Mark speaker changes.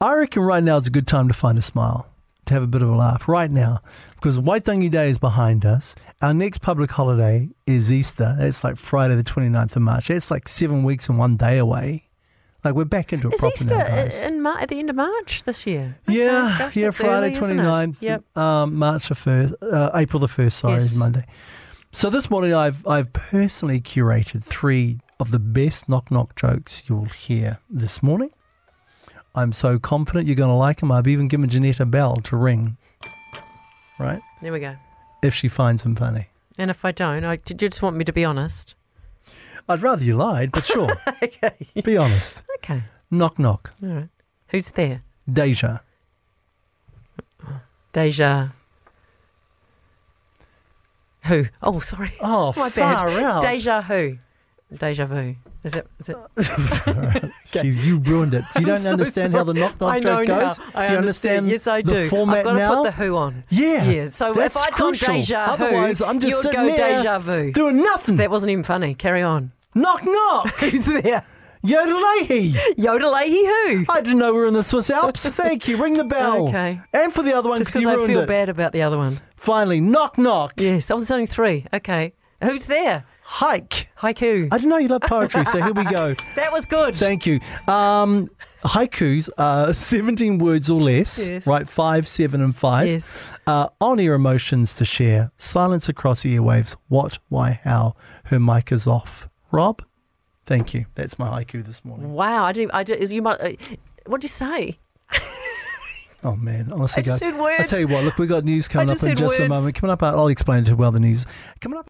Speaker 1: I reckon right now is a good time to find a smile, to have a bit of a laugh right now, because Waitangi Day is behind us. Our next public holiday is Easter. It's like Friday the 29th of March. It's like seven weeks and one day away. Like we're back into it
Speaker 2: Is
Speaker 1: proper
Speaker 2: Easter
Speaker 1: now, guys.
Speaker 2: i- in Mar- at the end of March this year?
Speaker 1: Yeah,
Speaker 2: Okay, gosh,
Speaker 1: yeah,
Speaker 2: that's
Speaker 1: Friday
Speaker 2: early, isn't it?
Speaker 1: 29th,
Speaker 2: Yep.
Speaker 1: um, March the 1st, uh, April the 1st, sorry, is
Speaker 2: Yes.
Speaker 1: Monday. So this morning I've I've personally curated three of the best knock knock jokes you'll hear this morning. I'm so confident you're going to like them. I've even given Jeanette a bell to ring, right?
Speaker 2: There we go.
Speaker 1: If she finds them funny.
Speaker 2: And if I don't, I, did you just want me to be honest?
Speaker 1: I'd rather you lied, but sure,
Speaker 2: okay.
Speaker 1: be honest.
Speaker 2: Okay.
Speaker 1: Knock knock.
Speaker 2: All right. Who's there?
Speaker 1: Deja.
Speaker 2: Deja. Who? Oh, sorry.
Speaker 1: Oh,
Speaker 2: My
Speaker 1: far
Speaker 2: bad.
Speaker 1: out.
Speaker 2: Deja who? Deja vu. Is it? Is it?
Speaker 1: She's, you ruined it. You
Speaker 2: I'm
Speaker 1: don't
Speaker 2: so
Speaker 1: understand how the knock knock
Speaker 2: I know
Speaker 1: joke goes.
Speaker 2: now.
Speaker 1: Do
Speaker 2: I
Speaker 1: you understand?
Speaker 2: Yes, I
Speaker 1: the
Speaker 2: do.
Speaker 1: Format
Speaker 2: I've got to
Speaker 1: now.
Speaker 2: put the who on.
Speaker 1: yeah,
Speaker 2: Yeah. So
Speaker 1: that's
Speaker 2: if I'd gone
Speaker 1: crucial.
Speaker 2: deja vu,
Speaker 1: Otherwise, I'm just
Speaker 2: you would
Speaker 1: sitting
Speaker 2: go
Speaker 1: there
Speaker 2: deja vu.
Speaker 1: doing nothing.
Speaker 2: That wasn't even funny. Carry on.
Speaker 1: knock knock.
Speaker 2: Who's there?
Speaker 1: Yodelahi.
Speaker 2: Yodelahi who?
Speaker 1: I didn't know we were in the Swiss Alps. Thank you. Ring the bell.
Speaker 2: Okay.
Speaker 1: And for the other one
Speaker 2: Just
Speaker 1: because
Speaker 2: because
Speaker 1: you
Speaker 2: I
Speaker 1: ruined
Speaker 2: feel
Speaker 1: it.
Speaker 2: bad about the other one.
Speaker 1: Finally, knock knock.
Speaker 2: Yes, I was only three. Okay. Who's there?
Speaker 1: Hike.
Speaker 2: Haiku.
Speaker 1: I didn't know you love poetry, so here we go.
Speaker 2: that was good.
Speaker 1: Thank you. Um, haikus are 17 words or less,
Speaker 2: Yes.
Speaker 1: right? Five, seven, and five.
Speaker 2: Yes.
Speaker 1: Uh, on air emotions to share. Silence across earwaves. What, why, how? Her mic is off. Rob, thank you. That's my haiku this morning.
Speaker 2: Wow. I didn't. I did, You might. Uh, what did you say?
Speaker 1: Oh, man. Honestly,
Speaker 2: I just
Speaker 1: guys.
Speaker 2: heard words.
Speaker 1: I'll tell you what, look, we've got news coming up
Speaker 2: just
Speaker 1: in
Speaker 2: heard
Speaker 1: just a
Speaker 2: words.
Speaker 1: moment. Coming up, I'll explain to you well the news. Coming up.